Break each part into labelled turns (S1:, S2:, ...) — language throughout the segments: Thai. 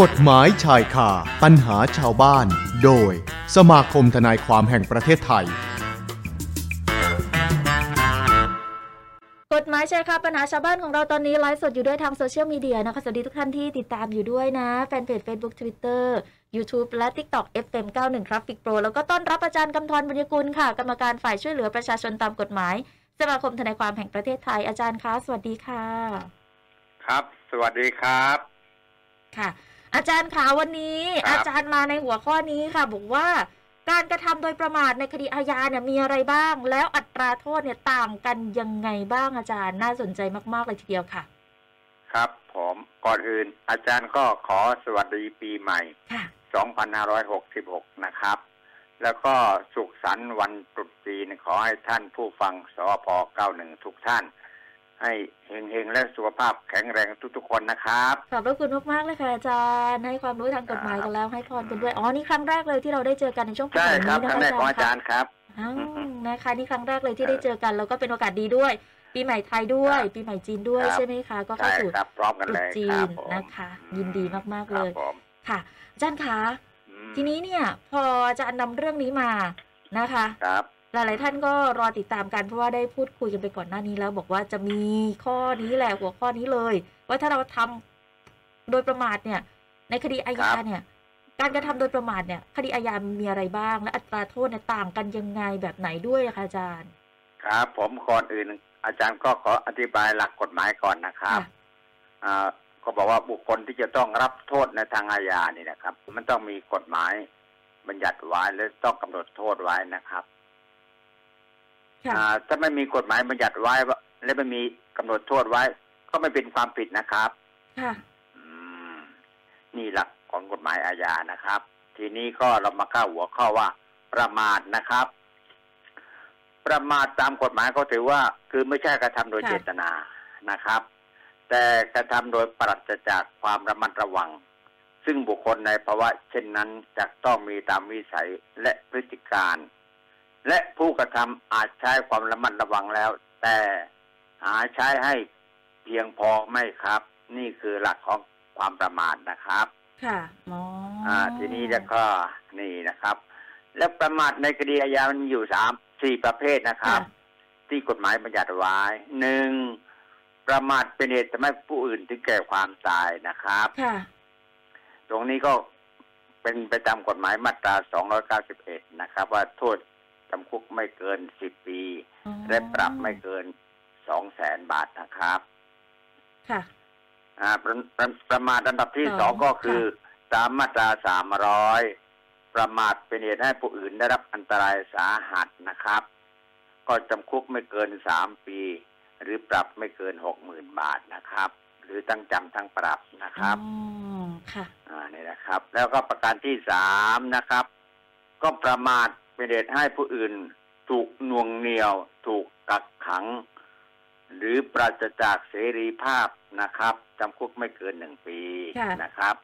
S1: กฎหมายชายคาปัญหาชาวบ้าน โดย สมาคมทนายความแห่งประเทศไทย
S2: กฎหมายชายคาปัญหาชาวบ้านของเราตอนนี้ไลฟ์สดอยู่ด้วยทางโซเชียลมีเดียนะคะ สวัสดีทุกท่านที่ติดตามอยู่ด้วยนะ แฟนเพจ Facebook Twitter YouTube และ TikTok FM 91 ครับฟิกโปรแล้วก็ต้อนรับอาจารย์กำธรบุญยกุลค่ะ กรรมการฝ่ายช่วยเหลือประชาชนตามกฎหมาย สมาคมทนายความแห่งประเทศไทยอาจารย์คะ สวัสดีค่ะ
S3: ครับ สวัสดีครับ
S2: ค่ะ อาจารย์คะวันนี้
S3: ครับ
S2: อาจารย์มาในหัวข้อนี้ค่ะ บอกว่า การกระทำโดยประมาทในคดีอาญาเนี่ยมีอะไรบ้าง แล้วอัตราโทษเนี่ยต่างกันยังไงบ้างอาจารย์น่าสนใจมากๆเลยทีเดียวค่ะ
S3: ครับ ผมก่อนอื่น อาจารย์ก็ขอสวัสดีปีใหม่
S2: ค่ะ
S3: 2566 นะครับ แล้วก็สุขสันต์วันตรุษจีนขอให้ท่านผู้ฟังสอพ91 ทุกท่าน ให้เฮงๆ และสุขภาพแข็งแรงทุกๆ คนนะครับ
S2: ขอบพระคุณมากๆเลยค่ะอาจารย์ ให้ความรู้ทางกฎหมายกันแล้วให้พรกันด้วย อ๋อ นี่ครั้งแรกเลยที่เราได้เจอกันในช่วงปี
S3: ใช่
S2: ใหม่
S3: ครับ
S2: นี้
S3: ท่านแร
S2: นะ
S3: กข
S2: คะ
S3: องอา
S2: อาจา
S3: จาร
S2: ย์
S3: รย์ครับ
S2: คะอ้าวนะคะนี่ครั้งแรกเลยที่ได้เจอกันแล้วก็เป็นโอกาสดีด้วย ปีใหม่ไทยด้วย ปีใหม่จีนด้วย
S3: ครับ
S2: ใช่ไหมคะ ก็เข้า
S3: ใช่
S2: สู่
S3: ครับ พร้อมกัน
S2: ตรุ
S3: เล
S2: ษ
S3: ย
S2: จี
S3: ครับ
S2: น
S3: ผม
S2: นะคะ ยินดีมากๆ
S3: ค
S2: เล
S3: รับ
S2: ย
S3: ผม
S2: ค่ะ อาจารย์คะ
S3: อืม
S2: ทีนี้เนี่ย พออาจารย์นำเรื่องนี้มานะคะ
S3: ครับ
S2: หลาย ๆ ท่านก็รอติดตามกันเพราะว่าได้พูดคุยกันไปก่อนหน้านี้แล้ว บอกว่าจะมีข้อนี้แหละหัวข้อนี้เลย ว่าถ้าเราทำโดยประมาทเนี่ย ในคดีอาญา
S3: ครับ
S2: เนี่ย การกระทำโดยประมาทเนี่ย คดีอาญามีอะไรบ้าง และอัตราโทษเนี่ยต่างกันยังไงแบบไหนด้วยอะคะอาจารย์
S3: ครับผมก่อนอื่น อาจารย์ก็ขออธิบายหลักกฎหมายก่อนนะครับ
S2: ะ
S3: อ่าก็บอกว่าบุคคลที่จะต้องรับโทษในทางอาญานี่นะครับ มันต้องมีกฎหมายบัญญัติไว้และต้องกำหนดโทษไว้นะครับ
S2: ค่ะ
S3: อ่าถ้าไม่มีกฎหมายบัญญัติไว้ว่าและไม่มีกำหนดโทษไว้ ก็ไม่เป็นความผิดนะครับ
S2: ค่ะ
S3: อืมนี่หลักของกฎหมายอาญานะครับ ทีนี้ก็เรามาเข้าหัวข้อว่า ประมาทนะครับ ประมาทตามกฎหมายก็ถือว่า คือไม่ใช่กระทำโดย
S2: ค่ะ
S3: เจตนานะครับ แต่กระทำโดยปราศจากความระมัดระวัง ซึ่งบุคคลในภาวะ เช่นนั้นจะต้องมีตามวิสัยและพฤติการ และผู้กระทำอาจใช้ความระมัดระวังแล้ว แต่หาใช้ให้เพียงพอไหมครับ นี่คือหลักของความประมาทนะครับ
S2: ค่ะอ๋ออ
S3: อ่า ทีนี้แล้วก็นี่นะครับ และประมาทในคดีอาญามันอยู่สามสี่ประเภทนะครับ ที่กฎหมายบัญญัติไว้หนึ่งประมาทเป็นเหตุทำให้ผู้อื่นถึงแก่ความตายนะครับ
S2: ค่ะ
S3: ตรงนี้ก็เป็นไปตามกฎหมายมาตรา 291 นะครับ ว่าโทษจำคุกไม่เกิน 10 ปี
S2: อ๋อ
S3: และปรับไม่เกิน 200,000 บาทนะครับ
S2: ค่ะ
S3: อ่าประประประมาทอันดับที่
S2: สอง
S3: สองก็คือตามมาตราสามร้อยประมาทเป็นเหตุให้ผู้อื่นได้รับอันตรายสาหัสนะครับ ก็จำคุกไม่เกินสามปี หรือปรับไม่เกินหกหมื่นบาทนะครับ หรือทั้งจำทั้งปรับนะครับ
S2: อ๋อค่ะ
S3: อ่านี่นะครับ แล้วก็ประการที่สามนะครับ ก็ประมาทเป็นเหตุให้ผู้อื่น ถูกหน่วงเหนี่ยว ถูกกักขัง หรือปราศจากเสรีภาพนะครับจำคุกไม่เกินหนึ่งปี
S2: ค่ะ
S3: นะครับ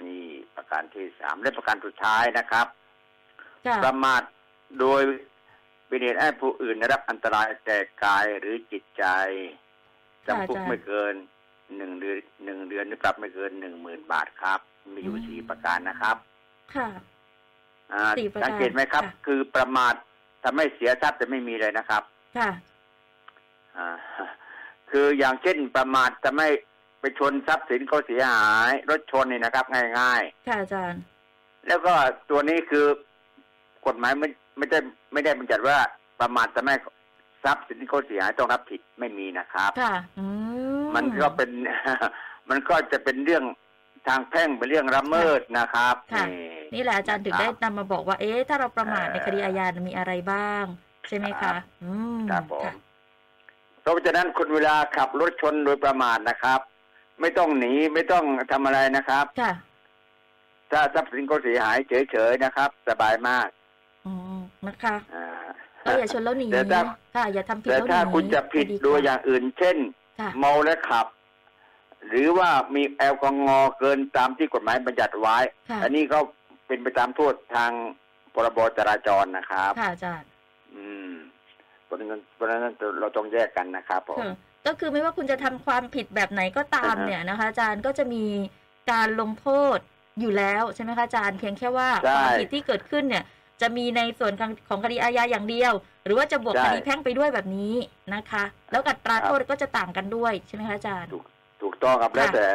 S3: นี่ประการที่สามและประการสุดท้ายนะครับ
S2: ค่ะ
S3: ประมาทโดยเป็นเหตุให้ผู้อื่นได้รับอันตรายแต่กายหรือจิตใจจำคุกไม่เกินหนึ่งเดือนหนึ่งเดือนหรือปรับไม่เกินหนึ่งหมื่นบาทครับ มีอยู่สี่ประการนะครับ
S2: ค่ะ
S3: อ่า
S2: สี่ประการ
S3: สังเกตไหมครับ
S2: ค่ะ
S3: คือประมาททำให้เสียทรัพย์แต่ไม่มีเลยนะครับ
S2: ค่ะ
S3: อ่า คืออย่างเช่นประมาททำให้ไปชนทรัพย์สินเขาเสียหาย รถชนนี่นะครับ ง่าย ๆ
S2: ค่ะอาจารย์
S3: แล้วก็ตัวนี้คือกฎหมายไม่ไม่ได้ไม่ได้บัญญัติว่าประมาททำให้ทรัพย์สินที่เขาเสียหายต้องรับผิดไม่มีนะครับ
S2: ค่ะ อืม
S3: มันก็เป็น มันก็จะเป็นเรื่องทางแพ่งเป็นเรื่องละเมิดนะครับ
S2: ค่ะ
S3: นี่
S2: นี่แหละอาจารย์ถึงได้นำมาบอกว่า เอ๊ะ ถ้าเราประมาทใน
S3: เอ่อ
S2: คดีอาญามีอะไรบ้าง ใช่ไหม
S3: ครั
S2: คะ
S3: บ
S2: อืม
S3: ครับผม
S2: ค่ะ
S3: เพราะฉะนั้นคนเวลาขับรถชนโดยประมาทนะครับ ไม่ต้องหนีไม่ต้องทำอะไรนะครับ
S2: ค่ะ
S3: ถ้าทรัพย์สินเขาเสียหายเฉยๆนะครับ สบายมาก
S2: อืมนะคะ
S3: อ่า
S2: ก็อย่าชนแล้วหนี
S3: แต่ถ้า
S2: ค่ะ อย่าทำผิด
S3: แต่
S2: แล้วหนี
S3: ถ้าคุณจะผิดโดยอย่างอื่น เช่น
S2: ค่ะ
S3: เมาและขับ หรือว่ามีแอลกอฮอล์เกินตามที่กฎหมายบัญญัติไว้
S2: ค่ะ
S3: อันนี้ก็เป็นไปตามโทษทางพรบจราจรนะครับ
S2: ค่ะอาจารย์
S3: อืมเพราะฉะนั้นเพราะฉะนั้นเราต้องแยกกันนะครับผม
S2: ค่ะก็คือไม่ว่าคุณจะทำความผิดแบบไหนก็ตาม
S3: อ่าฮะ
S2: เนี่ยนะคะ อาจารย์ก็จะมี การลงโทษอยู่แล้วใช่ไหมคะอาจารย์เพียงแค่ว่า
S3: ใช่
S2: ความผิดที่เกิดขึ้นเนี่ย จะมีในส่วนของของคดีอาญาอย่างเดียว หรือว่าจะบวก
S3: ใช่
S2: คดีแพ่งไปด้วยแบบนี้นะคะ แล้วอัตรา
S3: ครับ
S2: โทษก็จะต่างกันด้วยใช่ไหมคะอาจารย์
S3: ถูกต้องครับ
S2: ค่ะ
S3: แล้วแต่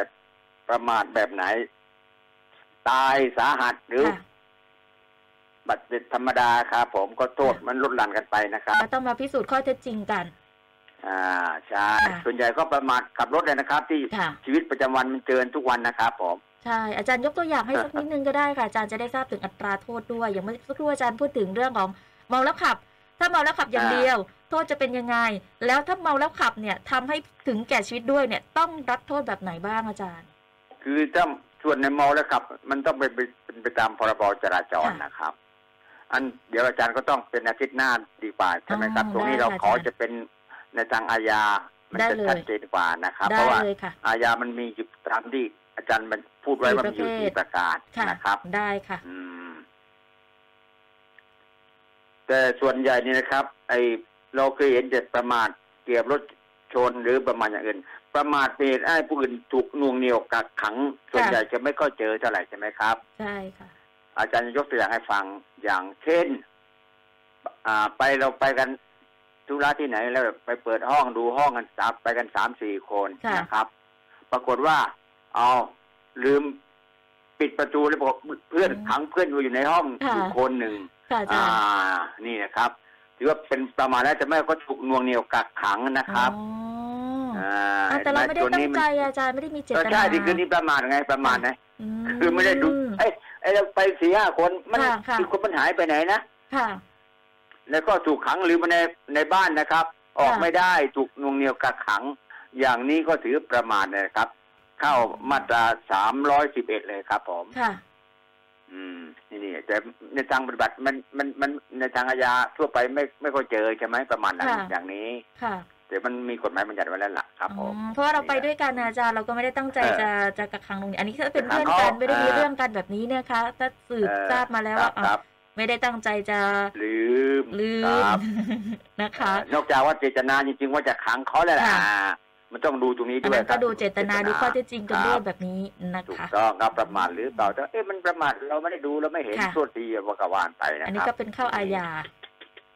S3: ประมาทแบบไหน ตายสาหัสหรือ
S2: ค่ะ
S3: บาดเจ็บธรรมดาครับผมก็โทษมันลดหลั่นกันไปนะครับ
S2: ก็ต้องมาพิสูจน์ข้อเท็จจริงกัน
S3: อ่าใช่
S2: ค่ะ
S3: ส่วนใหญ่ก็ประมาทขับรถเลยนะครับ ที่
S2: ค่ะ
S3: ชีวิตประจำวันมันเจอทุกวันนะครับผม
S2: ใช่ อาจารย์ยกตัวอย่าง ให้สักนิดนึงก็ได้ค่ะ อาจารย์จะได้ทราบถึงอัตราโทษด้วย อย่างเมื่อสักครู่อาจารย์พูดถึงเรื่องของเมาแล้วขับ ถ้าเมาแล้วขับอย่าง
S3: อ่า
S2: เดียว โทษจะเป็นยังไง แล้วถ้าเมาแล้วขับเนี่ยทำให้ถึงแก่ชีวิตด้วยเนี่ยต้องรับโทษแบบไหนบ้างอาจารย์
S3: คือถ้าส่วนในเมาแล้วขับ มันต้องเป็นไปเป็นไปตามพรบจราจร
S2: ค่ะ
S3: นะครับ อันเดี๋ยวอาจารย์ก็ต้องเป็นอาทิตย์หน้าดีกว่าใช่ไหมครับ
S2: อ๋อ
S3: ตรงนี้
S2: ได้
S3: เรา
S2: ค่ะ
S3: ขอ
S2: อาจารย์
S3: จะเป็นในทางอาญา มัน
S2: ได้
S3: จะ
S2: เลย
S3: ชัดเจนกว่านะครับ เพ
S2: ได้
S3: ราะว่า
S2: เลยค่ะ
S3: อาญามันมีอยู่ตามที่อาจารย์มันพูดไว้ว่ามันอยู่
S2: กี่
S3: สี่
S2: ป
S3: ประ ระ
S2: เภท
S3: การ
S2: ค่ะ
S3: นะครับ
S2: ได้ค่ะ
S3: อืม แต่ส่วนใหญ่นี่นะครับ ไอเราเคยเห็นแต่ประมาทเกี่ยวกับรถชนหรือประมาทอย่างอื่น ประมาทเป็นเหตุให้ผู้อื่นถูกหน่วงเหนี่ยวกักขัง ส่วน
S2: ค่ะ
S3: ใหญ่จะไม่ค่อยเจอเท่าไหร่ใช่ไหมครับ
S2: ใช่ค่ะ
S3: อาจารย์จะยกตัวอย่างให้ฟังอย่างเช่น อ่า ไปเราไปกันธุระที่ไหนแล้วไปเปิดห้องดูห้องกันสามไปกันสามสี่คน
S2: ค่ะ
S3: นะครับ ปรากฏว่า เอาลืมปิดประตูแล้วบอกเพื่อนขังเพื่อนอยู่ในห้องอยู่คนหนึ่ง
S2: ค่ะอาจา
S3: อ่าร
S2: ย์
S3: นี่นะครับ ถือว่าเป็นประมาณแล้วแต่ไม่ก็ถูกนวงเหนียวกักขังนะครับ
S2: อ๋อ
S3: อ่า
S2: อ่ะแต่เราไม่ได้
S3: ส่วน
S2: ตั้
S3: นี้
S2: ง
S3: น
S2: ใจอาจารย์ไม่ได้มีเจต
S3: ก็
S2: นา
S3: ใช่ที่คือนี่ประมาทไงประมาทนะ
S2: ม
S3: คือไม่ได้ดูเอ้ยไอ้เราไปสี่ห้าคนมัน
S2: ค่ะค่ะ
S3: อีกคนมันหายไปไหนนะ
S2: ค่ะ
S3: แล้วก็ถูกขังหรือมาในในบ้านนะครับ ออก
S2: ค่ะ
S3: ไม่ได้ถูกนวงเหนียวกักขัง อย่างนี้ก็ถือประมาทนะครับ เข้ามาตราสามร้อยสิบเอ็ดเลยครับผม
S2: ค่ะ
S3: อืมนี่นี่แต่ในทางปฏิบัติมันมันมันในทางอาญาทั่วไปไม่ไม่ค่อยเจอใช่ไหมประมาณนั้น
S2: ค่ะ
S3: อย่างนี้
S2: ค่ะ
S3: แต่มันมีกฎหมายบัญญัติไว้แล้วล่ะครับผม
S2: อ๋อเพราะว่าเราไปด้วยกันนะอาจารย์เราก็ไม่ได้ตั้งใจ
S3: เออ
S2: จะจะกักขังตรงนี้อันนี้ถ้าเป็น
S3: กักขั
S2: เพื่อน
S3: ง
S2: กัน
S3: เขา
S2: ไม่ได้มี
S3: เออ
S2: เรื่องกันแบบนี้เนะคะถ้าสืบ
S3: เอ่อ
S2: ทราบมาแล้ว
S3: ค
S2: ว่า
S3: รับ
S2: อ่ะ
S3: ครับ
S2: ไม่ได้ตั้งใจจะ
S3: ลืม
S2: ลืม
S3: ครับ
S2: นะคะ
S3: เอ่อนอกจากว่าเจตนาจริง ๆ ว่าจะขังเขาแล้วล่ะอ่ามันต้องดูตรงนี้
S2: อัน
S3: ด้วย
S2: นั้น
S3: ค
S2: ก็
S3: รับ
S2: ดูเจตนาดูข้อเท็จจริงกันด้วย
S3: ค
S2: แบบนี้นะ
S3: ถูก
S2: คะ
S3: ต้องครับประมาทหรือเปล่าแต่เอ๊ะมันประมาทเราไม่ได้ดูเราไม่เห็น
S2: ค่ะ
S3: โทษดีว่ากวานไปนะ
S2: อัน
S3: ค
S2: นี้
S3: รับ
S2: ก็เป็นเข้าอาญา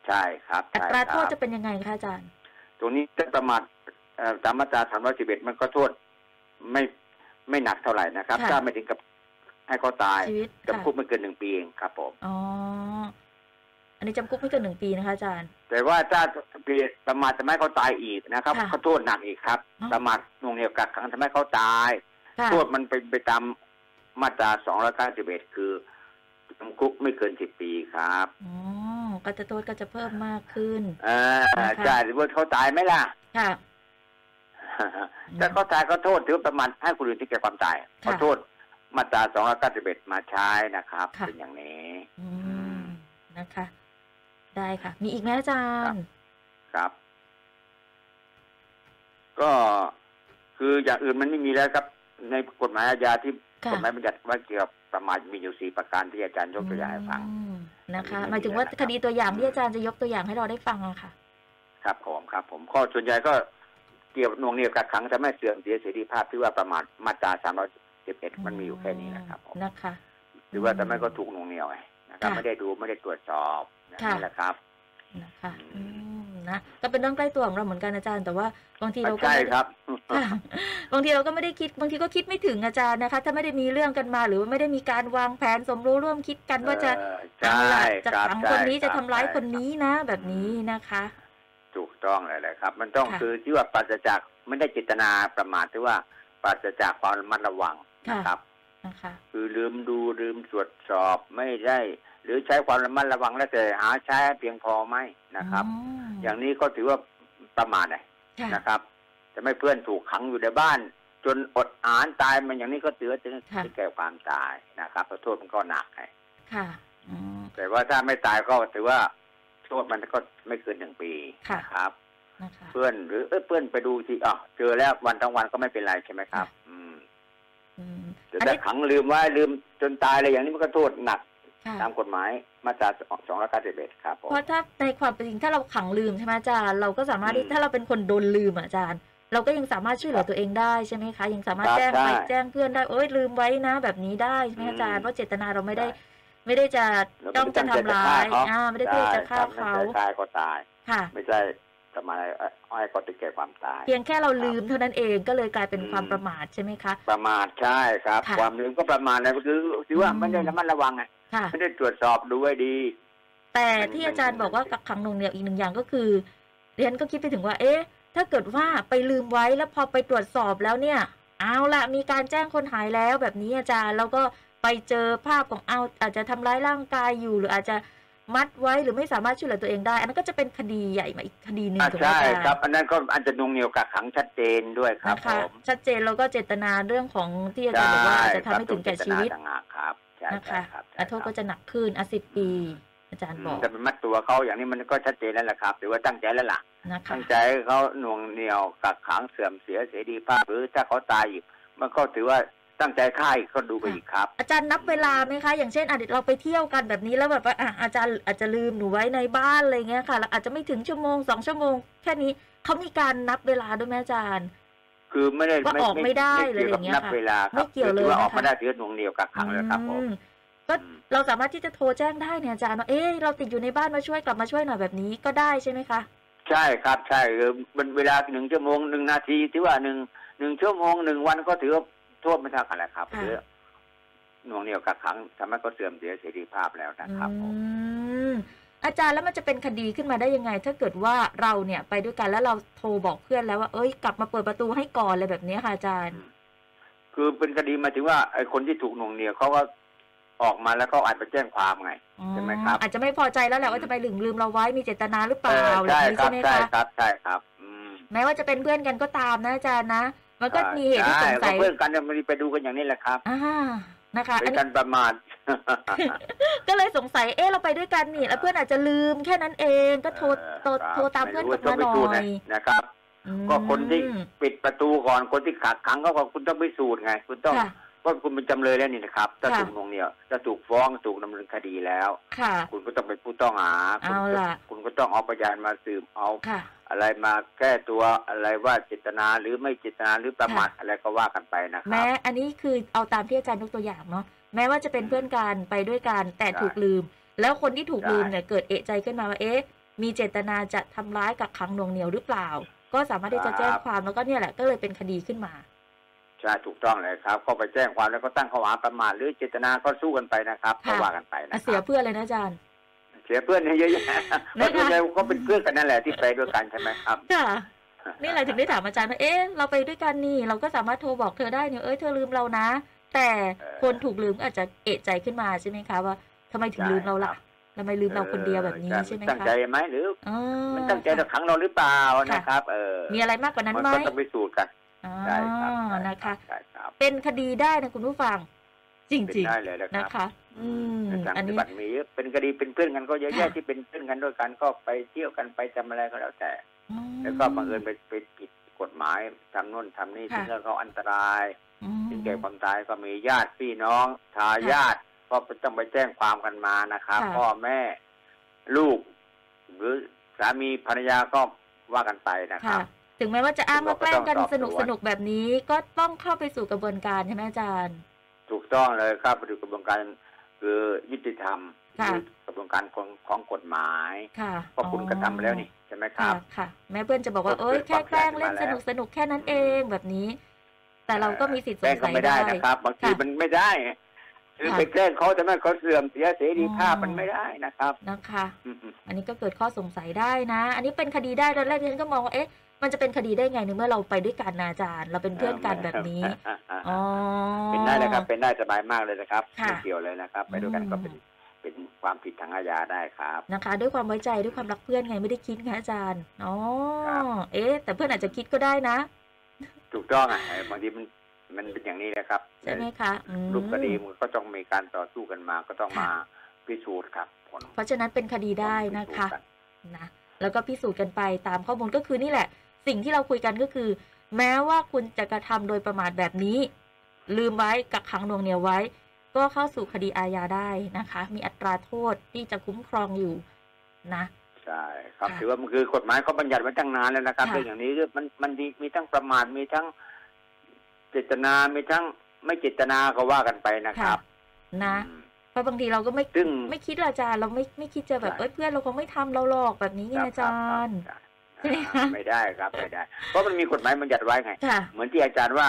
S3: ใช่ครับ
S2: อั
S3: ใช่
S2: ตรา
S3: ค
S2: โทษ
S3: บ
S2: จะเป็นยังไงคะอาจารย์
S3: ตรงนี้ถ้าประมาทเอ่อตามมาตราสามร้อยสิบเอ็ดมันก็โทษไม่ไม่หนักเท่าไหร่นะครับ
S2: ค่ะ
S3: ถ้าไม่ถึงกับให้เขาตาย
S2: ชีวิต
S3: จำคุกไม่เกินหนึ่งปีเองครับผม
S2: อ๋ออันนี้จำคุกไม่เกินหนึ่งปีนะคะอาจารย์
S3: แต่ว่าถ้าเปลี่ยนประมาททำให้เขาตายอีกนะครับ
S2: ค่ะ
S3: เขาโทษหนักอีกครับ
S2: อ๋อ
S3: ประมาทหนวงเหนียวกักขังทำให้เขาตาย
S2: ค่ะ
S3: โทษมันเป็นไปตามมาตราสองร้อยเก้าสิบเอ็ดคือจำคุกไม่เกินสิบปีครับ
S2: อ๋อก็จะโทษก็จะเพิ่มมากขึ้น
S3: เออ
S2: ค่ะ
S3: ใช่หรือว่าเขาตายไหมล่ะ
S2: ค่ะ
S3: ถ้าเขาตายก็โทษถือประมาณให้คนอื่นที่แก่ความตาย
S2: ค่ะ
S3: ขอโทษมาตราสองร้อยเก้าสิบเอ็ดมาใช้นะครับ
S2: ค่ะ
S3: เป็นอย่างนี้
S2: อืม
S3: ม
S2: นะคะ ได้ค่ะ มีอีกไหมอาจาร
S3: ครับ
S2: ย์
S3: ครับ ก็คืออย่างอื่นมันไม่มีแล้วครับ ในกฎหมายอาญาที่
S2: ค่ะ
S3: กฎหมายบัญญัติไว่าเกี่ยวกับประมาทมีอยู่สี่ประการที่อาจารย์ยกตัวอย่างให้ฟัง
S2: อืมนะคะ
S3: อันนี้
S2: ห
S3: ไม่
S2: มายถึงว่า
S3: มีแล้วนะค
S2: ครับ ดีตัวอย่างที่อาจารย์จะยกตัวอย่างให้เราได้ฟังอะค่ะ
S3: ครับผมครับ ผมข้อส่วนใหญ่ก็เกี่ยวกับหนวงเหนียวกักขังทำให้เสื่อมเสียเสรีภาพที่ว่าประมาทมาตราสามร้อยสิบเอ็ดมันมีอยู่แค่นี้นะครับผม
S2: นะคะ
S3: หรือว่าทำให้เขาถูกหนวงเหนียวไงนะครับ
S2: ค่ะ
S3: ไม่ได้ดูไม่ได้ตรวจสอบ
S2: ค่ะ
S3: นี่แหละครับ
S2: นะคะ
S3: อืม
S2: อืมนะ ก็เป็นเรื่องใกล้ตัวของเราเหมือนกันอาจารย์ แต่ว่าบางทีเราก็
S3: ใช่
S2: ไม่ได้
S3: ครับ
S2: ค่ะบางทีเราก็ไม่ได้คิด บางทีก็คิดไม่ถึงอาจารย์นะคะ ถ้าไม่ได้มีเรื่องกันมาหรือว่าไม่ได้มีการวางแผนสมรู้ร่วมคิดกันว่าจะ
S3: เออ
S2: เอา
S3: ใช่
S2: ล่ะจะ
S3: รับ
S2: ขังคนนี้
S3: ใช่
S2: จะทำร้าย
S3: ใช่
S2: คนนี้นะ แบบนี้นะคะ
S3: ถูกต้องเลยแหละครับ มันต้อง
S2: ค่ะ
S3: คือที่ว่าปราศจากไม่ได้เจตนาประมาทที่ว่าปราศจากความระมัดระวัง
S2: ค่ะ
S3: นะครับ
S2: นะคะ
S3: คือลืมดูลืมตรวจสอบไม่ได้ หรือใช้ความระมัดระวังแล้วแต่หาใช้เพียงพอไหมนะครับ
S2: ม
S3: อย่างนี้ก็ถือว่าประมาทเลย
S2: ค่ะ
S3: นะครับจะไม่เพื่อนถูกขังอยู่ในบ้าน จนอดอาหารตายมันอย่างนี้ก็เตือว่าถึงถึงแก่ความตายนะครับเพราะโทษมันก็หนักไง
S2: ค่ะอืม
S3: แต่ว่าถ้าไม่ตายก็ถือว่าโทษมันก็ไม่เกินหนึ่งปี
S2: ค่ะ
S3: นะครับ
S2: นะคะ
S3: เพื่อนหรือเอ้ยเพื่อนไปดูทีอ๋อเจอแล้ววันทั้งวันก็ไม่เป็นไรใช่ไหมครับ อืม
S2: อืม
S3: แต่
S2: อัน
S3: ถ้า
S2: นี้
S3: ขังลืมไว้ลืมจนตายอะไรอย่างนี้มันก็โทษหนัก
S2: ค่ะ
S3: ตามกฎหมายมาตราสองร้อยเก้าสิบเอ็ดครับผม
S2: เพราะถ้าในความเป็นจริงถ้าเราขังลืมใช่ไหมอาจารย์ เราก็สามารถที่
S3: อืม
S2: ถ้าเราเป็นคนโดนลืมอะอาจารย์ เราก็ยังสามารถช่วยเหลือตัวเองได้ใช่ไหมคะ ยังสามารถ
S3: ครับ
S2: แจ้งไป
S3: ได้
S2: แจ้งเพื่อนได้โอ๊ยลืมไว้นะ แบบนี้ได้ใช่ไหม
S3: อืม
S2: อาจารย์เพราะเจตนาเราไม่ได้
S3: ได้
S2: ไม่ได้จะ
S3: แล้ว
S2: จ้องจะทำร้ายอ่าไม่ได้เพื่อจะฆ่า
S3: ไม่
S2: เขา
S3: ได้ฆ่าก็ตาย
S2: ค่ะ
S3: ไม่ใช่ทำไมอ้อยก็ติดแก่ความตาย
S2: เพียงแค่เรา
S3: ครับ
S2: ลืมเท่านั้นเองก็เลยกลายเป็น
S3: อืม
S2: ความประมาทใช่ไหมคะ
S3: ประมาทใช่ครับ
S2: ค่ะ
S3: ความลืมก็ประมาทนะคือคือว่า
S2: อืม
S3: ไม่ได้ระมัดระวังไง
S2: ค่ะ
S3: ไม่ได้ตรวจสอบดูให้ดี
S2: แต่
S3: มัน
S2: ที่
S3: มัน
S2: อาจารย์บอกว่า
S3: มัน
S2: กักขังหนวงเหนียวอีกหนึ่งอย่างก็คือเรียนก็คิดไปถึงว่า เอ๊ะ ถ้าเกิดว่าไปลืมไว้แล้วพอไปตรวจสอบแล้วเนี่ย เอาละมีการแจ้งคนหายแล้วแบบนี้อาจารย์แล้วก็ไปเจอภาพของเอาอาจจะทำร้ายร่างกายอยู่ หรืออาจจะมัดไว้หรือไม่สามารถช่วยเหลือตัวเองได้ อันนั้นก็จะเป็นคดีใหญ่มาอีกคดีหนึ่ง
S3: อ่ะ
S2: ถูกไหม
S3: ใช่
S2: อาจารย์
S3: ครับ อันนั้นก็อันจะนุงเหนียวกักขังชัดเจนด้วยครับ
S2: นะ
S3: ผ
S2: คะ
S3: ม
S2: ชัดเจนแล้วก็เจตนาเรื่องของที่อาจารย์บอกว่าอาจจะทำให้ถึงแก่ชีวิต
S3: ครับถูกเจตนาต่างหากครับใช่
S2: นะ
S3: ใช่
S2: คะ
S3: ครับใช่
S2: อ่ะโทษก็จะหนักขึ้นอ่ะสิบปี อาจารย์บอก
S3: จะเป็นมัดตัวเขาอย่างนี้มันก็ชัดเจนแล้วล่ะครับ หรือว่าตั้งใจแล้วล่ะ
S2: นะคะ
S3: ตั้งใจให้เขาหน่วงเหนียวกักขังเสื่อมเสียเสรีภาพหรือถ้าเขาตายอีกมันก็ถือว่าตั้งใจฆ่าอีกก็ดูไปอีกครับ
S2: อาจารย์นับเวลาไหมคะ อย่างเช่นอ่ะเดี๋ยวเราไปเที่ยวกันแบบนี้แล้วแบบว่าอ่ะอาจารย์อาจจะลืมหนูไว้ในบ้านอะไรเงี้ยค่ะแล้วอาจจะไม่ถึงชั่วโมงสองชั่วโมง แค่นี้เขามีการนับเวลาด้วยไหมอาจารย์
S3: คือไม่ได้
S2: ว่าออกไม่ได้
S3: กี่
S2: เลย
S3: วกับ
S2: อย่างเงี้ย
S3: นับ
S2: ค่ะ
S3: เวลาครับ
S2: ไม่เกี่ยวเลย
S3: ถือว่าออก
S2: นะคะ
S3: มาได้ถือว่าหน่วงเหนียวกักขังแล้วครับผม
S2: อืมก็เราสามารถที่จะโทรแจ้งได้เนี่ยอาจารย์ว่าเอ๊ะเราติดอยู่ในบ้านมาช่วยกลับมาช่วยหน่อยแบบนี้ก็ได้ใช่ไหมคะ
S3: ใช่ครับใช่คือมันเวลาหนึ่งชั่วโมงหนึ่งนาทีถือว่าหนึ่งหนึ่งชั่วโมงหนึ่งวันก็ถือว่าโทษไม่เท่ากันแหละครับ
S2: ค่ะ
S3: ถือหน่วงเหนียวกักขังทำให้เขาเสื่อมเสียเสรีภาพแล้วนะครับผม
S2: อืมอาจารย์แล้วมันจะเป็นคดีขึ้นมาได้ยังไง ถ้าเกิดว่าเราเนี่ยไปด้วยกันแล้วเราโทรบอกเพื่อนแล้วว่าเอ้ยกลับมาเปิดประตูให้ก่อนอะไรแบบเนี้ยค่ะอาจารย์
S3: คือเป็นคดีหมายถึงว่าไอ้คนที่ถูกหน่วงเหนียวเขาก็ออกมาแล้วก็อาจไปแจ้งความไง ใช่ไหมครับ
S2: อาจจะไม่พอใจแล้วแหละว่าจะไปลืมลืมเราไว้มีเจตนาหรือเป
S3: เอ
S2: ล่า
S3: อ
S2: อะไร
S3: ใช่
S2: แบบนี้ใช่ไหม
S3: ครับใช่
S2: คะ
S3: ครับใช่ครับอืม
S2: แม้ว่าจะเป็นเพื่อนกันก็ตามนะอาจารย์นะมันก็มีเหตุที่สง
S3: ใช่
S2: สัย
S3: เพื่อนกันเนี่ยมันไปดูกันอย่างนี้แหละครับ
S2: อ่านะคะ
S3: เป็
S2: อัน
S3: น
S2: นี้
S3: การประมาท
S2: ก็เลยสงสัยเอ๊ะเราไปด้วยกันนี่
S3: อ่า
S2: แล้วเพื่อนอาจจะลืมแค่นั้นเองก็โทรโทร โทรตามเพื่อนกลับมาหน่
S3: ไรู้
S2: อย
S3: ว่โทรไปดูะนะครับ
S2: อืม
S3: ก็คนที่ปิดประตูก่อนคนที่ขัดขังเขาก็คุณต้องพิสูจน์ไง คุณต้อง
S2: ค่ะ
S3: ว่าคุณเป็นจำเลยแล้วนี่นะครับถ้า
S2: ค่ะ
S3: ถูกหน่วงเหนี่ยวถ้าถูกฟ้องถูกดำเนินคดีแล้ว
S2: ค่ะ
S3: คุณก็ต้องเป็นผู้ต้องหาคุณ
S2: เอาล่ะ
S3: คุณก็ต้องเอาพยานมาสืบเอา
S2: ค่ะ
S3: อะไรมาแก้ตัวอะไรว่าเจตนาหรือไม่เจตนาหรือประมาท
S2: ค่ะ
S3: อะไรก็ว่ากันไปนะครั
S2: แม้
S3: บ
S2: อันนี้คือเอาตามที่อาจารย์ยกตัวอย่างเนาะแม้ว่าจะเป็นเพื่อนกันไปด้วยกันแต่
S3: ใช่
S2: ถูกลืม แล้วคนที่ถูก
S3: ใช่
S2: ลืมเนี่ยเกิดเอะใจขึ้นมาว่าเอ๊ะมีเจตนาจะทำร้ายกับขังหน่วงเหนียวหรือเปล่า ก็สามารถที่จะแจ้งความแล้วก็เนี่ยแหละก็เลยเป็นคดีขึ้นมา
S3: ใช่ถูกต้องเลยครับ ก็ไปแจ้งความแล้วก็ตั้งข้อหาประมาทหรือเจตนาก็สู้กันไปนะครับ
S2: ค่ะ
S3: ก็ว่ากันไปนะค
S2: อ่ะ
S3: รับ
S2: เสียเพื่อนเลยนะอาจารย์
S3: เสียเพื่อนเยอะแยะ
S2: นะ
S3: ไม่
S2: คะ
S3: เป็นไรก็เป็นเพื่อนกันนั่นแหละที่ไปด้วยกันใช่ไหมครับ
S2: ค่ะนี่แหละถึงได้ถามอาจารย์ว่าเอ๊ะเราไปด้วยกันนี่เราก็สามารถโทรบอกเธอได้เนี่ยเอ้ยเธอลืมเรานะ แต่คนถูกลืมก็อาจจะเอะใจขึ้นมาใช่ไหมคะว่าทำไมถึงลืมเราล่ะทำไมลืมเราคนเดียวแบบนี้
S3: เออ
S2: ใช่ไหม
S3: ตั้ง
S2: คะ
S3: ใจไหมหรือ
S2: อ๋อ
S3: มันตั้งใจจะขังเราหรือเปล่า
S2: ค่ะ
S3: นะครับ เออ
S2: มีอะไรมากกว่านั้น
S3: มัน
S2: ไหม
S3: ก็ต้องไปสูจน์กัน
S2: อ๋อ
S3: ใช่ครับใช่
S2: นะคะ
S3: ใช่ครับ
S2: เป็นคดีได้นะคุณผู้ฟัง จ
S3: เป็น
S2: ริง
S3: ได้เลยนะ
S2: ๆ
S3: ค
S2: นะ
S3: รับ
S2: คะ อืม
S3: ในทาง
S2: อันนี้
S3: ปฏิบัติมีเยอะเป็นคดีเป็นเพื่อนกันก็เยอะแยะ
S2: ค่ะ
S3: ที่เป็นเพื่อนกันด้วยกันก็ไปเที่ยวกันไปทำอะไรก็แล้วแต่
S2: อืม
S3: แล้วก็บังเอิญไปไปผิดกฎหมายทำนู่นทำนี่
S2: ค่ะ
S3: ซึ่งก็อันตราย
S2: อืม
S3: ถึงแก่ความตายก็มีญาติพี่น้องทายาทก็ต้องไปแจ้งความกันมานะครับ
S2: ค่ะ
S3: พ่อแม่ลูก หรือสามีภรรยาก็ว่ากันไปนะค
S2: ค่ะ
S3: รับ
S2: ถึงแม้ว่าจะอ้างว่าแกล้งกัน
S3: ก็ต้องส
S2: ส
S3: อบสวน
S2: นุกสนุกๆแบบนี้ก็ต้องเข้าไปสู่กระบวนการใช่ไหมอาจารย์
S3: ถูกต้องเลยครับไปดูกระบวนการคือยุติธรรม
S2: ค่ะ
S3: หรือกระบวนการของของกฎหมาย
S2: ค่ะ
S3: ก็คุณกระทำแล้วนี่ใช่ไหมค
S2: ค่ะ
S3: รับ
S2: ค่ะ แม้เพื่อนจะบอกว่า
S3: ก็
S2: เอ้ย
S3: เกิ
S2: แค่
S3: ด
S2: แกล้งเล่นส
S3: ความเสียหายมาแล้
S2: นุ
S3: ว
S2: กสนุกๆแค่นั้นเองแบบนี้ แต่เราก็มีสิทธิ์ส
S3: แกล้
S2: ง
S3: งก็
S2: สัย
S3: ไม่ได้
S2: ได้
S3: นะครับบางที
S2: ค่ะ
S3: มันไม่ได้คือ
S2: ค่ะ
S3: ไปแกล้งเขาทำให้เขาเสื่อมเสียเสรีภาพ
S2: อ๋อ
S3: มันไม่ได้นะครับ
S2: นะคะ อันนี้ก็เกิดข้อสงสัยได้นะ อันนี้เป็นคดีได้ตอนแรกที่ฉันก็มองว่า เอ๊ะ มันจะเป็นคดีได้ไงในเมื่อเราไปด้วยกันนะอาจารย์ เราเป็นเพื่อนกันแบบนี้
S3: อ่ะอ่ะ
S2: อ๋
S3: อ่ะ
S2: อ
S3: เป็นได้นะครับ เป็นได้สบายมากเลยนะครับ
S2: ค่ะ
S3: ไม่เกี่ยวเลยนะครับ ไปด้วยกัน
S2: อืม
S3: ก็เป็นเป็นความผิดทางอาญาได้ครับ
S2: นะคะ ด้วยความไว้ใจด้วยความรักเพื่อนไงไม่ได้คิดไงอาจารย์ อ๋อ
S3: ครับ
S2: เอ๊ะ แต่เพื่อนอาจจะคิดก็ได้นะ
S3: ถูกต้องอ่ะเออบางทีมันมันเป็นอย่างนี้นะครับ
S2: ใช่ไหมคะอืม
S3: รูปคดีมันก็ต้องมีการต่อสู้กันมา ก็ต้อง
S2: ค่ะ
S3: มาพิสูจน์ครับผล
S2: เพราะฉะนั้นเป็นคดีได้นะคะ นะแล้วก็พิสูจน์กันไปตามข้อมูลก็คือนี่แหละ สิ่งที่เราคุยกันก็คือ แม้ว่าคุณจะกระทำโดยประมาทแบบนี้ ลืมไว้กักขังหน่วงเหนียวไว้ ก็เข้าสู่คดีอาญาได้นะคะ มีอัตราโทษที่จะคุ้มครองอยู่นะ
S3: ใช่ครับ
S2: ค่ะ
S3: ถือว่ามันคือกฎหมายเขาบัญญัติไว้ตั้งนานแล้วนะครับ
S2: ค่ะ
S3: เรื่องอย่างนี้มันมันดีมีทั้งประมาทมีทั้งเจตนา มีทั้งไม่เจตนาก็ว่ากันไปนะค
S2: ค่ะ
S3: รับ
S2: นะ
S3: อืม
S2: เพราะบางทีเราก็ไม่
S3: ซึ่ง
S2: ไม่คิดหรอกอาจารย์เราไม่ไม่คิดจะแบบ
S3: ใช่
S2: เอ้ยเพื่อนเราคงไม่ทำเราหรอกแบบนี้ไงอาจารย์
S3: ครับ
S2: ใช่ไหมคะ
S3: ไม่ได้ครับไม่ได้ เพราะมันมีกฎหมายบัญญัติไว้ไง
S2: ค่ะ
S3: เหมือนที่อาจารย์ว่า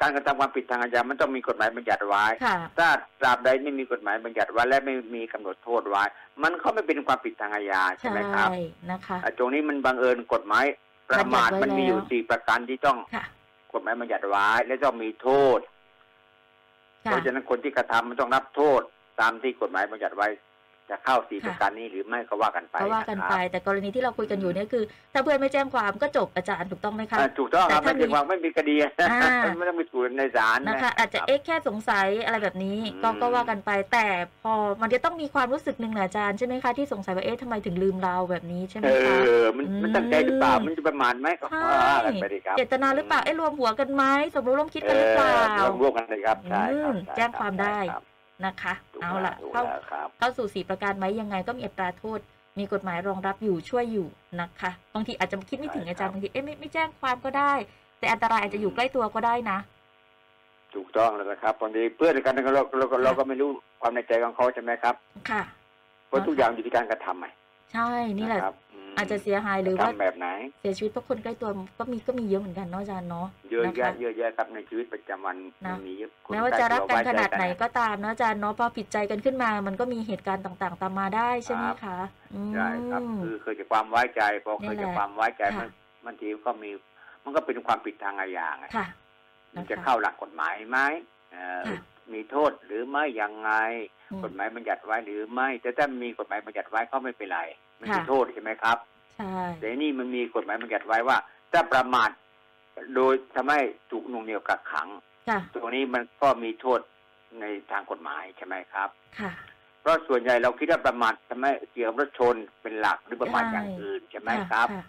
S3: การกระทำความผิดทางอาญามันต้องมีกฎหมายบัญญัติไว้
S2: ค่ะ
S3: ถ้าตราบใดไม่มีกฎหมายบัญญัติไว้และไม่มีกำหนดโทษไว้ มันก็ไม่เป็นความผิดทางอาญาใช่
S2: ใช่
S3: ไหมครับ
S2: นะคะ
S3: อ่ะตรงนี้มันบังเอิญกฎหมายประมาท
S2: บั
S3: มั
S2: ญ
S3: น
S2: ญัติไว้
S3: มีอยู่
S2: แล้ว
S3: สี่ประการที่ต้อง
S2: ค่ะ
S3: กฎหมายบัญญัติไว้และต้องมีโทษ
S2: ค่ะ
S3: เพราะฉะนั้นคนที่กระทำมันต้องรับโทษตามที่กฎหมายบัญญัติไว้ จะเข้าสี่
S2: ค่ะ
S3: ประการนี้หรือไม่ก็ว่ากันไป
S2: ก็ว่ากันไป
S3: ะครับ
S2: แต่กรณีที่เราคุยกันอยู่เนี่ยคือ ถ้าเพื่อนไม่แจ้งความก็จบอาจารย์ถูกต้องไหมคะ
S3: อ่ะถูกต้องครับ
S2: แต่
S3: ไม่
S2: ถ้า
S3: เป็นความไม่มีคดี
S2: อ่า
S3: ไม่ต้องมีถูกในศาล
S2: นะคะ
S3: รับ
S2: อาจจะเอ๊ะแค่สงสัยอะไรแบบนี้
S3: อืม
S2: ก็ก็ว่ากันไป แต่พอมันจะต้องมีความรู้สึกหนึ่งนะอาจารย์ใช่ไหมคะที่สงสัยว่าเอ๊ะทำไมถึงลืมเราแบบนี้ใช่ไหม
S3: เอ
S2: คะ
S3: อ มัน
S2: อืม
S3: มันตั้งใจหรือเปล่า มันจะประมาทไหมก็ว่ากันไปดีครับ
S2: เจตนาหรือเปล่าเอ๊ะรวมหัวกันไหมสมรู้ร่วมคิดกันหรือเปล่า
S3: ออร่วมกันเลยครับ ใช่ครับ
S2: อืม
S3: ใช่รับ
S2: แจ้งความได้
S3: ใช่รับ
S2: นะคะ
S3: ถูก
S2: เอาล่ะ
S3: ถูก
S2: เข้า
S3: แล้วครับ
S2: เข้าสู่สี่ประการไหมยังไงก็มีอัตราโทษ มีกฎหมายรองรับอยู่ช่วยอยู่นะคะบางทีอาจจะคิดไม่ถึง
S3: ใช่
S2: อา
S3: ครั
S2: จาร
S3: บ
S2: ย์บางทีเอ๊ะไม่ไม่แจ้งความก็ได้ แต่อันตรายอาจจะอยู่ใกล้ตัวก็ได้นะ
S3: ถูกต้องแล้วนะครับบางทีเพื่อนกันเราเราก็เราก็ไม่รู้ความในใจของเขาใช่ไหมครับ
S2: ค่ะ
S3: เพราะทุกอย่างอยู่ที่การกระทำไง
S2: ใช่นี่แหละ
S3: ครับม
S2: อาจจะเสียหายหรือว่า
S3: ทำแบบไหน
S2: เสียชีวิตเพราะคนใกล้ตัวก็มีก็มีเยอะเหมือนกันเนาะอาจารย์เนาะ
S3: เยอะ
S2: นค
S3: แยะเยอะแยะครับในชีวิตประจำวัน
S2: นะ
S3: มันมีเยอคน
S2: แม้ว่าจะรักกัน
S3: ใล้
S2: ข
S3: ตัว
S2: นาดไหน
S3: ว้ใจ
S2: ก็ตามเนาะอาจารย์เนาะพอผิดใจกันขึ้นมา มันก็มีเหตุการณ์ต่างๆ ตามมาได้ใช่ไหม
S3: ครับ
S2: คะอืม
S3: ใช่ครับ คือเคยจะความไว้ใจพอ
S2: นี่
S3: เคย
S2: แหละ
S3: จะความไว้ใจ
S2: ค่ะ
S3: มันบางทีก็มี มันก็เป็นความผิดทางอาญาไง
S2: ค่ะ
S3: มัน
S2: นค
S3: จะเข้าหลักกฎหมายไหมเอ่อ
S2: ค่ะ
S3: มีโทษหรือไม่ยังไง
S2: อืม
S3: กฎหมายบัญญัติไว้หรือไม่แต่ถ้ามีกฎหมายบัญญัติไว้ก็ไม่เป็นไรไม่มี
S2: ค่ะ
S3: โทษใช่ไหมครับ
S2: ใช่
S3: แต่นี่มันมีกฎหมายบัญญัติไว้ว่า ถ้าประมาทโดยทำให้ถูกหนุ่งเหนี่ยวกักขัง
S2: ค่ะ
S3: ตรงนี้มันก็มีโทษในทางกฎหมายใช่ไหมครับ
S2: ค่ะ
S3: เพราะส่วนใหญ่เราคิดว่าประมาททำให้เกี่ยวกับรถชนเป็นหลักหรือประมาท
S2: ใช่
S3: อย่างอื่นใช่ไหมครับ
S2: ะะ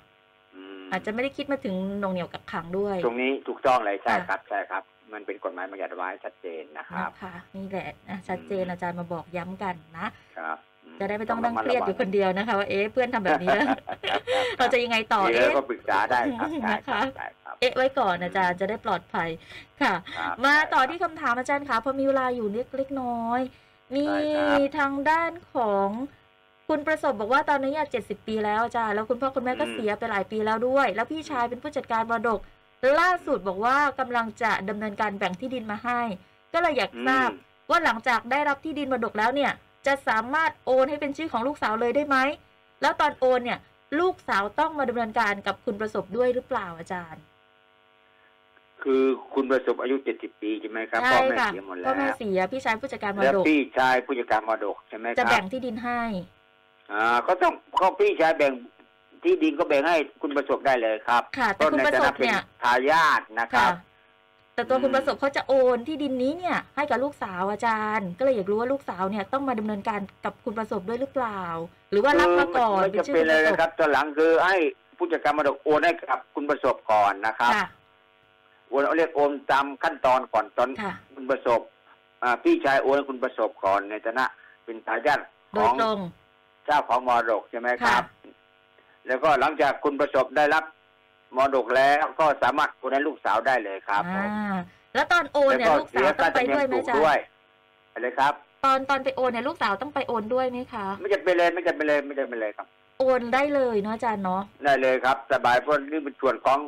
S3: ม
S2: อาจจะไม่ได้คิดมาถึงหนวงเหนียวกับขังด้วย
S3: ตรงนี้ถูกต้องเลยใช่
S2: ค่ะ
S3: ครับใช่ครับ มันเป็นกฎหมายบัญญัติไว้ชัดเจนนะครับ
S2: นะคะนี่แหละอ่ะชัดเจนอาจารย์มาบอกย้ำกันนะ
S3: ครับ
S2: จะได้ไม่ต้องนั่ง
S3: ระ
S2: เครียดอยู่คนเดียวนะคะว่าเอ๊ะเพื่อนทำแบบ นี้แล้ว
S3: ครับครับ
S2: เราจะยังไงต่อ
S3: มี
S2: เอ๊ะ
S3: แล้วก็ปรึกษาได้ครับได้
S2: นะคะ
S3: รับได้ครับ
S2: เอ๊ะไว้ก่อนอาจารย์จะได้ปลอดภัยค่ะ
S3: ครับ
S2: มาต่อ
S3: ได้
S2: ที่
S3: ครับ
S2: คำถามอาจารย์ค่ะพอมีเวลาอยู่เล็กเล็กน้อย มี
S3: ได้ครับ
S2: ทางด้านของคุณประสบบอกว่าตอนนี้อายุ70 ปีแล้วอาจารย์แล้วคุณพ่อคุณแม่ก็เสียไปหลายปีแล้วด้วย แล้วพี่ชายเป็นผู้จัดการมรดก ล่าสุดบอกว่ากำลังจะดำเนินการแบ่งที่ดินมาให้ ก็เลยอยากทราบ ว่าหลังจากได้รับที่ดินมรดกแล้วเนี่ย จะสามารถโอนให้เป็นชื่อของลูกสาวเลยได้ไหม แล้วตอนโอนเนี่ย ลูกสาวต้องมาดำเนินการกับคุณประสบด้วยหรือเปล่าอาจารย์
S3: คือคุณประสบอายุ 70 ปีใช่ไหมครับพ่อแม่
S2: ค่ะ
S3: เสียหมดแล้
S2: พ่อ
S3: ว
S2: แม่เสียพี่ชายผู้จัดการมร
S3: แล้ว
S2: ดก
S3: พี่ชายผู้จัดการมรดกใช่ไหม
S2: จะ
S3: ครั
S2: แบ่
S3: บ
S2: งที่ดินให้
S3: อ่าก็ต้องก็พี่ชายแบ่งที่ดินก็แบ่งให้คุณประสบได้เลยครับ
S2: ค่ะ แต่คุณประสบ
S3: เป็น
S2: เนี่ย
S3: ทายาทนะค
S2: ค่ะ
S3: รับ
S2: แต่ตัว
S3: อืม
S2: คุณประสบเขาจะโอนที่ดินนี้เนี่ย ให้กับลูกสาวอาจารย์ ก็เลยอยากรู้ว่าลูกสาวเนี่ยต้องมาดำเนินการกับคุณประสบด้วยหรือเปล่า หรือว่ารับมาก่อน
S3: ไม่
S2: เป็น
S3: จะ
S2: ชื่อ
S3: เป็
S2: คุ
S3: น
S2: ณ
S3: เล
S2: ป
S3: ย
S2: ระสบ
S3: นะครับตอนหลังคือให้ผู้จัดการมรดกโอนให้กับคุณประสบก่อนนะครับ
S2: ค่ะ
S3: โอนเอาเรียกโอนตามขั้นตอนก่อนตอน
S2: ค่ะ
S3: คุณประสบอ่าพี่ชายโอนให้คุณประสบก่อนในฐานะเป็นทายาท
S2: โด
S3: ข
S2: ย
S3: อง
S2: ตรง
S3: เจ้าของมรดกใช่ไหมครับ
S2: ค่
S3: แล้วก็หลังจากคุณประสบได้รับมรดกแล้วก็สามารถโอนให้ลูกสาวได้เลยครับ
S2: อ่าแล้วตอนโอน
S3: แล้ว
S2: เนี่ย
S3: ก็
S2: ลูก
S3: เสี
S2: สาวยต้อ
S3: ค่า
S2: ง
S3: ธร
S2: ไป
S3: รมเนีย
S2: ด้วยไหมอาจารย์
S3: มถูกด้วยอะไรครับ
S2: ตอนตอนไปโอนเนี่ยลูกสาวต้องไปโอนด้วยไหมคะ
S3: ไม่จะเป็นเลยไม่จะเป็นเลยไม่จะเป็นเลยครับ
S2: โอนได้เลยเนาะอาจารย์เนาะ
S3: ได้เลยครับ สบายเพราะนี่เป็นส่วนของ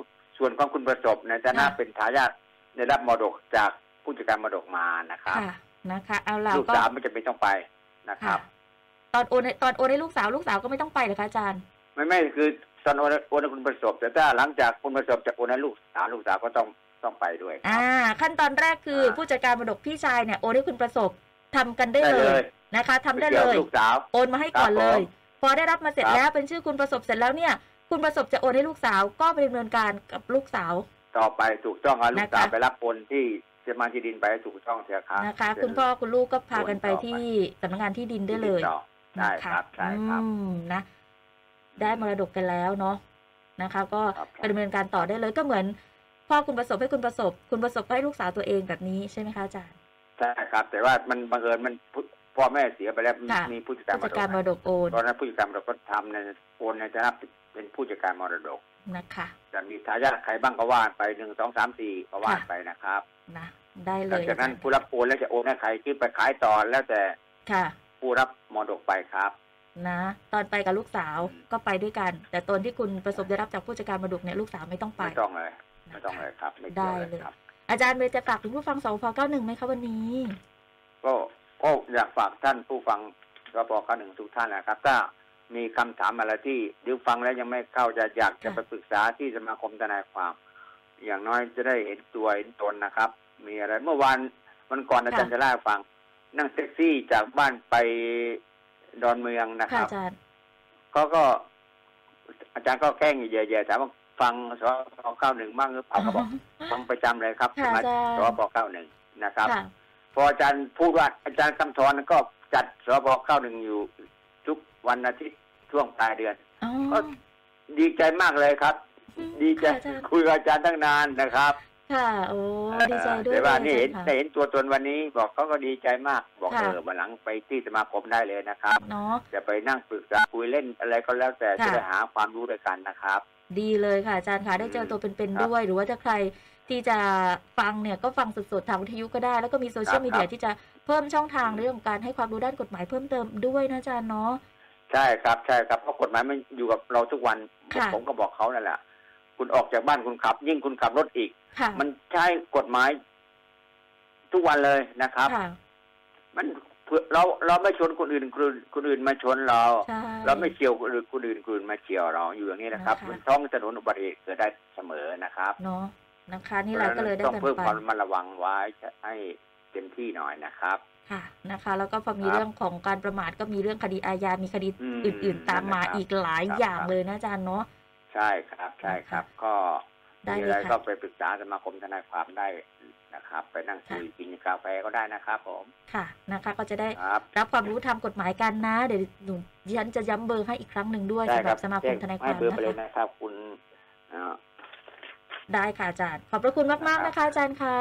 S3: ส่วนของคุณประสบในฐานะ
S2: ค่ะ
S3: เป็นทายาทได้รับมรดกจากผู้จัดการมรดกมานะครับ
S2: ค่ะนะคะเอาล่ะ
S3: ลูก
S2: ก็
S3: สาวไม่จำเป็นต้องไปนะค
S2: ค่ะ
S3: รับ
S2: ตอนโอนให้ตอนโอนให้ลูกสาวลูกสาวก็ไม่ต้องไปเหรอคะอาจารย์
S3: ไม่ไม่คือตอนโอนโอนให้คุณประสบ แต่ถ้าหลังจากคุณประสบจะโอนให้ลูกสาวลูกสาวก็ต้องต้องไปด้วยครั
S2: อ่า
S3: บ
S2: ขั้นตอนแรกคือ
S3: อ่า
S2: ผู้จัดการมรดกพี่ชายเนี่ยโอนให้คุณประสบทำกันได้เลยนะคะทำได้
S3: ม่เกี่
S2: เล
S3: วย กับลูกสาว
S2: โอนมาให้ก่อน
S3: ครับ
S2: เล
S3: ผม
S2: ย พอได้รับมาเสร็จ
S3: ครับ
S2: แล้วเป็นชื่อคุณประสบเสร็จแล้วเนี่ย คุณประสบจะโอนให้ลูกสาวก็ไปดำเนินการกับลูกสาว
S3: ต่อไปถูกต้องครับ
S2: นะคะ
S3: ลูกสาวไปรับโอนที่สมาชิกดินไปให้ถูกต้องเสียครับ
S2: นะคะ
S3: เสร็จ
S2: คุณพ่อคุณลูกก็พากันไป
S3: โอนต่อไป
S2: ที่สำนักงานที่ดินได้เลย
S3: ติต่อใช่ครับ
S2: นะะ
S3: ใช่ครับ
S2: อืมนะ ได้มรดกกันแล้วเนาะนะคะ ก็
S3: ครับ
S2: ไปดำเนินการต่อได้เลยก็เหมือน พ่อคุณประสบให้คุณประสบ คุณประสบก็ให้ลูกสาวตัวเองแบบนี้ใช่ไหมคะอาจารย์
S3: ใช่ครับ แต่ว่ามันบังเอิญมัน พ่อแม่เสียไปแล้วมี
S2: ค่ะ
S3: มีผู้จัดการ
S2: ผู้จัดการมรดกโอน
S3: ตอนนั้นผู้จัดการมรดกก็ทำในโอนในฐานะเป็นผู้จัดการมรดก
S2: นะคะ
S3: จะมีทายาทใครบ้างก็ว่าไปหนึ่งสองสามสี่ก็ว่าไปนะครับ
S2: นะได้
S3: ห
S2: เล
S3: ลัง
S2: ย
S3: จากนั้นผู้รับโอนแล้วจะโอนให้ใครที่ไปขายต่อแล้วแต่
S2: ค่ะ
S3: ผู้รับมรดกไปครับ
S2: นะตอนไปกับลูกสาวก็ไปด้วยกัน แต่ตอนที่คุณประสบได้รับจากผู้จัดการมรดกเนี่ยลูกสาวไม่ต้องไป
S3: ไม่ต้องเลย ไม่ต้องเลยครับม่กี่ว
S2: ได้เลย
S3: ครับ
S2: อาจารย์เบลจะฝากถึงผู้ฟังสพ91ไหมคะวันนี้
S3: ก็ก็อยากฝากท่านผู้ฟังรปคหนึ่งทุกท่านนะครับ ถ้ามีคำถามอะไรที่ดูฟังแล้วยังไม่เข้าใจอยากจะ
S2: ค่ะ
S3: ไปปรึกษาที่สมาคมทนายความ อย่างน้อยจะได้เห็นตัวเห็นตนนะครับ มีอะไรเมื่อวานวันก่อนอาจารย์จะเล่าให้ฟัง นั่งแท็กซี่จากบ้านไปดอนเมืองนะค
S2: ค่ะ
S3: รับ
S2: อาจารย์
S3: เขาก็ อาจารย์ก็แกล้งแย่ๆถามว่าฟังสอเก้าหนึ่งบ้างหรือเปล่าเขาบอกฟังประจำเลยครับส
S2: ค่ะ
S3: มา
S2: อาจารย์
S3: สอเก้าหนึ่งนะครับ
S2: ค่ะ
S3: พออาจารย์พูดว่าอาจารย์คำธรก็จัดสบเก้าหนึ่งอยู่ทุกวันอาทิตย์ช่วงปลายเดือน
S2: อ๋อ
S3: ก็ ดีใจมากเลยครับ ดีใจ
S2: ค่ะอาจารย์
S3: คุยกับอาจารย์ตั้งนานนะครับ
S2: ค่ะโอ้ดีใจด้วย
S3: เออแต่ว่า
S2: ล
S3: นี่
S2: ย
S3: เห็น
S2: อาจารย์ค่ะ
S3: ได้เห็นตัวตนวันนี้บอกเขาก็ดีใจมาก บอก
S2: ค่ะ
S3: เออวันหลังไปที่สมาคมได้เลยนะครับ
S2: เนาะ
S3: จะไปนั่งปรึกษาคุยเล่นอะไรก็แล้วแต่
S2: ค่ะ
S3: จะได้หาความรู้ด้วยกันนะครับ
S2: ดีเลยค่ะอาจารย์ค่ะได้เจอตัวเป็น
S3: ครั
S2: ๆ
S3: บ
S2: ด้วย หรือว่าจะใครที่จะฟังเนี่ยก็ฟังสดๆทางวิทยุก็ได้ แล้วก็มีโซเชียล
S3: ครับ
S2: มีเดีย
S3: ครับ
S2: ที่จะเพิ่มช่องทางเรื่องของการให้ความรู้ด้านกฎหมายเพิ่มเติมด้วยนะอาจารย์เนาะ
S3: ใช่ครับใช่ครับเพราะกฎหมายมันอยู่กับเราทุกวัน
S2: ค่ะ
S3: ผมก็บอกเขานั่นแหละคุณออกจากบ้านคุณขับ ยิ่งคุณขับรถอีก
S2: ค่ะ
S3: มันใช้กฎหมาย ทุกวันเลยนะครับ
S2: ค่ะ
S3: มันเพื่อเราเราไม่ชนคนอื่นคนอื่นคนอื่นมาชนเรา
S2: ใช่
S3: เราไม่เฉียวคนอื่นคนอื่นคนอื่นมาเฉียวเราอยู่อย่างนี้นะครับ
S2: นะคะ
S3: บนท้องถนนอุบัติเหตุเกิดได้เสมอนะครับ
S2: เนาะนะคะนี่เราก็เลยได้
S3: ต้อง
S2: แบ่ง
S3: เพิ่มค
S2: ปั
S3: วาม
S2: น
S3: ระมาระวังไว้ให้เต็มที่หน่อยนะครับ
S2: ค่ะนะคะ แล้วก็พอมี
S3: ครับ
S2: เรื่องของการประมาทก็มีเรื่องคดีอาญา มีคดี
S3: อืม
S2: อื่น ๆ ตามมา
S3: นะครับ
S2: อีกหลาย
S3: ครับ
S2: อย่าง
S3: ครับ
S2: เลยนะอาจารย์เนาะ
S3: ใช่ครับ ใช่ครับ ก็
S2: ได้
S3: มี
S2: เล
S3: อะไร
S2: ย
S3: ก็
S2: ค่ะ
S3: ไปปรึกษาสมาคมทนายความได้นะครับ ไปนั่งคุยกินกาแฟก็ได้นะครับ ผม
S2: ค่ะนะคะ ก็จะได้
S3: ครับ
S2: รับความรู้ทางกฎหมายกันนะ เดี๋ยวหนูดิฉันจะย้ำเบอร์ให้อีกครั้งหนึ่งด้วย
S3: ได้
S2: สำห
S3: ค
S2: รั
S3: รั
S2: บบ สมาคมทนายความ
S3: ให้เบอร์ไปเล
S2: นะ
S3: ย
S2: คะ
S3: นะครับ คุณเอ่อ
S2: ได้ค่ะอาจารย์ ขอบพระคุณมากๆนะคะอาจารย์ค่ะ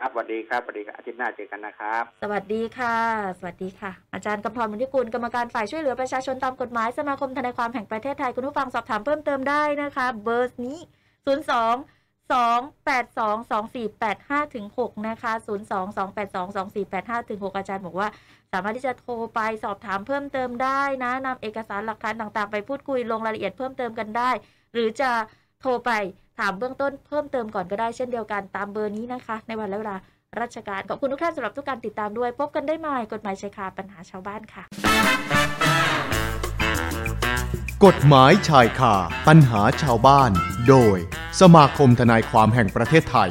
S3: ครับสวัสดีครับสวัสดีครับอาทิตย์หน้าเจอกันนะครับ
S2: สวัสดีค่ะ สวัสดีค่ะ อาจารย์กำธรมุนทิกุลกรรมการฝ่ายช่วยเหลือประชาชนตามกฎหมายสมาคมทนายความแห่งประเทศไทย คุณผู้ฟังสอบถามเพิ่มเติมได้นะคะ เบอร์นี้ 0 2 2 8 2 2 4 8 5ถึง6นะคะ 0 2 2 8 2 2 4 8 5ถึง6อาจารย์บอกว่า สามารถที่จะโทรไปสอบถามเพิ่มเติมได้นะนำเอกสารหลักฐานต่างๆ ไปพูดคุยลงรายละเอียดเพิ่มเติมกันได้ หรือจะโทรไปถามเบื้องต้นเพิ่มเติมก่อนก็ได้เช่นเดียวกันตามเบอร์นี้นะคะ ในวันและเวลา ราชการ ขอบคุณทุกท่านสำหรับทุกการติดตามด้วย พบกันได้ใหม่กฎหมายชายคาปัญหาชาวบ้านค่ะ
S1: กฎหมายชายคาปัญหาชาวบ้าน โดยสมาคมทนายความแห่งประเทศไทย